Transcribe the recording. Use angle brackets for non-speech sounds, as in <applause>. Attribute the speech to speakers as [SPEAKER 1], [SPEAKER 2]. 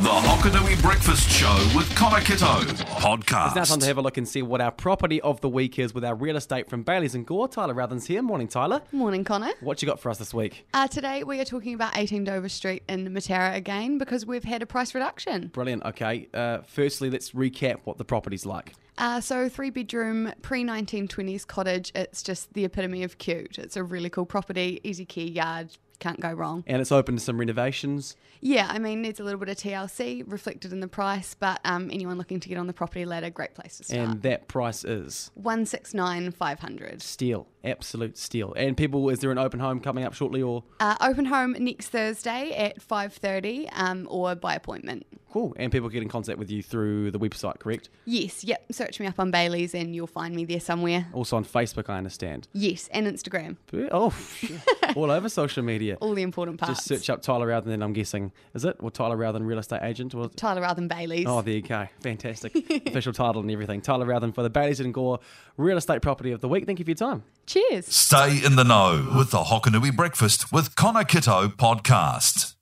[SPEAKER 1] The Hokkaidoi Breakfast Show with Connor Kitto podcast.
[SPEAKER 2] It's now time to have a look and see what our property of the week is with our real estate from Bailey's and Gore. Tyler Rothens here. Morning, Tyler.
[SPEAKER 3] Morning, Connor.
[SPEAKER 2] What you got for us this week?
[SPEAKER 3] Uh, today we are talking about 18 Dover Street in Matara again because we've had a price reduction.
[SPEAKER 2] Brilliant. Okay. Uh, firstly, let's recap what the property's like.
[SPEAKER 3] Uh, so, three bedroom, pre 1920s cottage. It's just the epitome of cute. It's a really cool property, easy key yard. Can't go wrong.
[SPEAKER 2] And it's open to some renovations.
[SPEAKER 3] Yeah, I mean, needs a little bit of TLC reflected in the price, but um, anyone looking to get on the property ladder, great place to start.
[SPEAKER 2] And that price is
[SPEAKER 3] One six nine five hundred.
[SPEAKER 2] steel, absolute steel. And people, is there an open home coming up shortly or?
[SPEAKER 3] Uh, open home next Thursday at five thirty, um, or by appointment.
[SPEAKER 2] Cool. And people get in contact with you through the website, correct?
[SPEAKER 3] Yes, yep. Search me up on Bailey's and you'll find me there somewhere.
[SPEAKER 2] Also on Facebook, I understand.
[SPEAKER 3] Yes, and Instagram.
[SPEAKER 2] <laughs> Oh, shit. all over social media.
[SPEAKER 3] All the important parts.
[SPEAKER 2] Just search up Tyler Rowthen, then I'm guessing, is it? Or Tyler Rowthen Real Estate Agent? Or
[SPEAKER 3] Tyler rather than Bailey's.
[SPEAKER 2] Oh, there you go. Fantastic. Official title and everything. Tyler Rowthen for the Baileys and Gore Real Estate Property of the Week. Thank you for your time.
[SPEAKER 3] Cheers.
[SPEAKER 1] Stay in the know with the Hokkaidoi Breakfast with Connor Kitto podcast.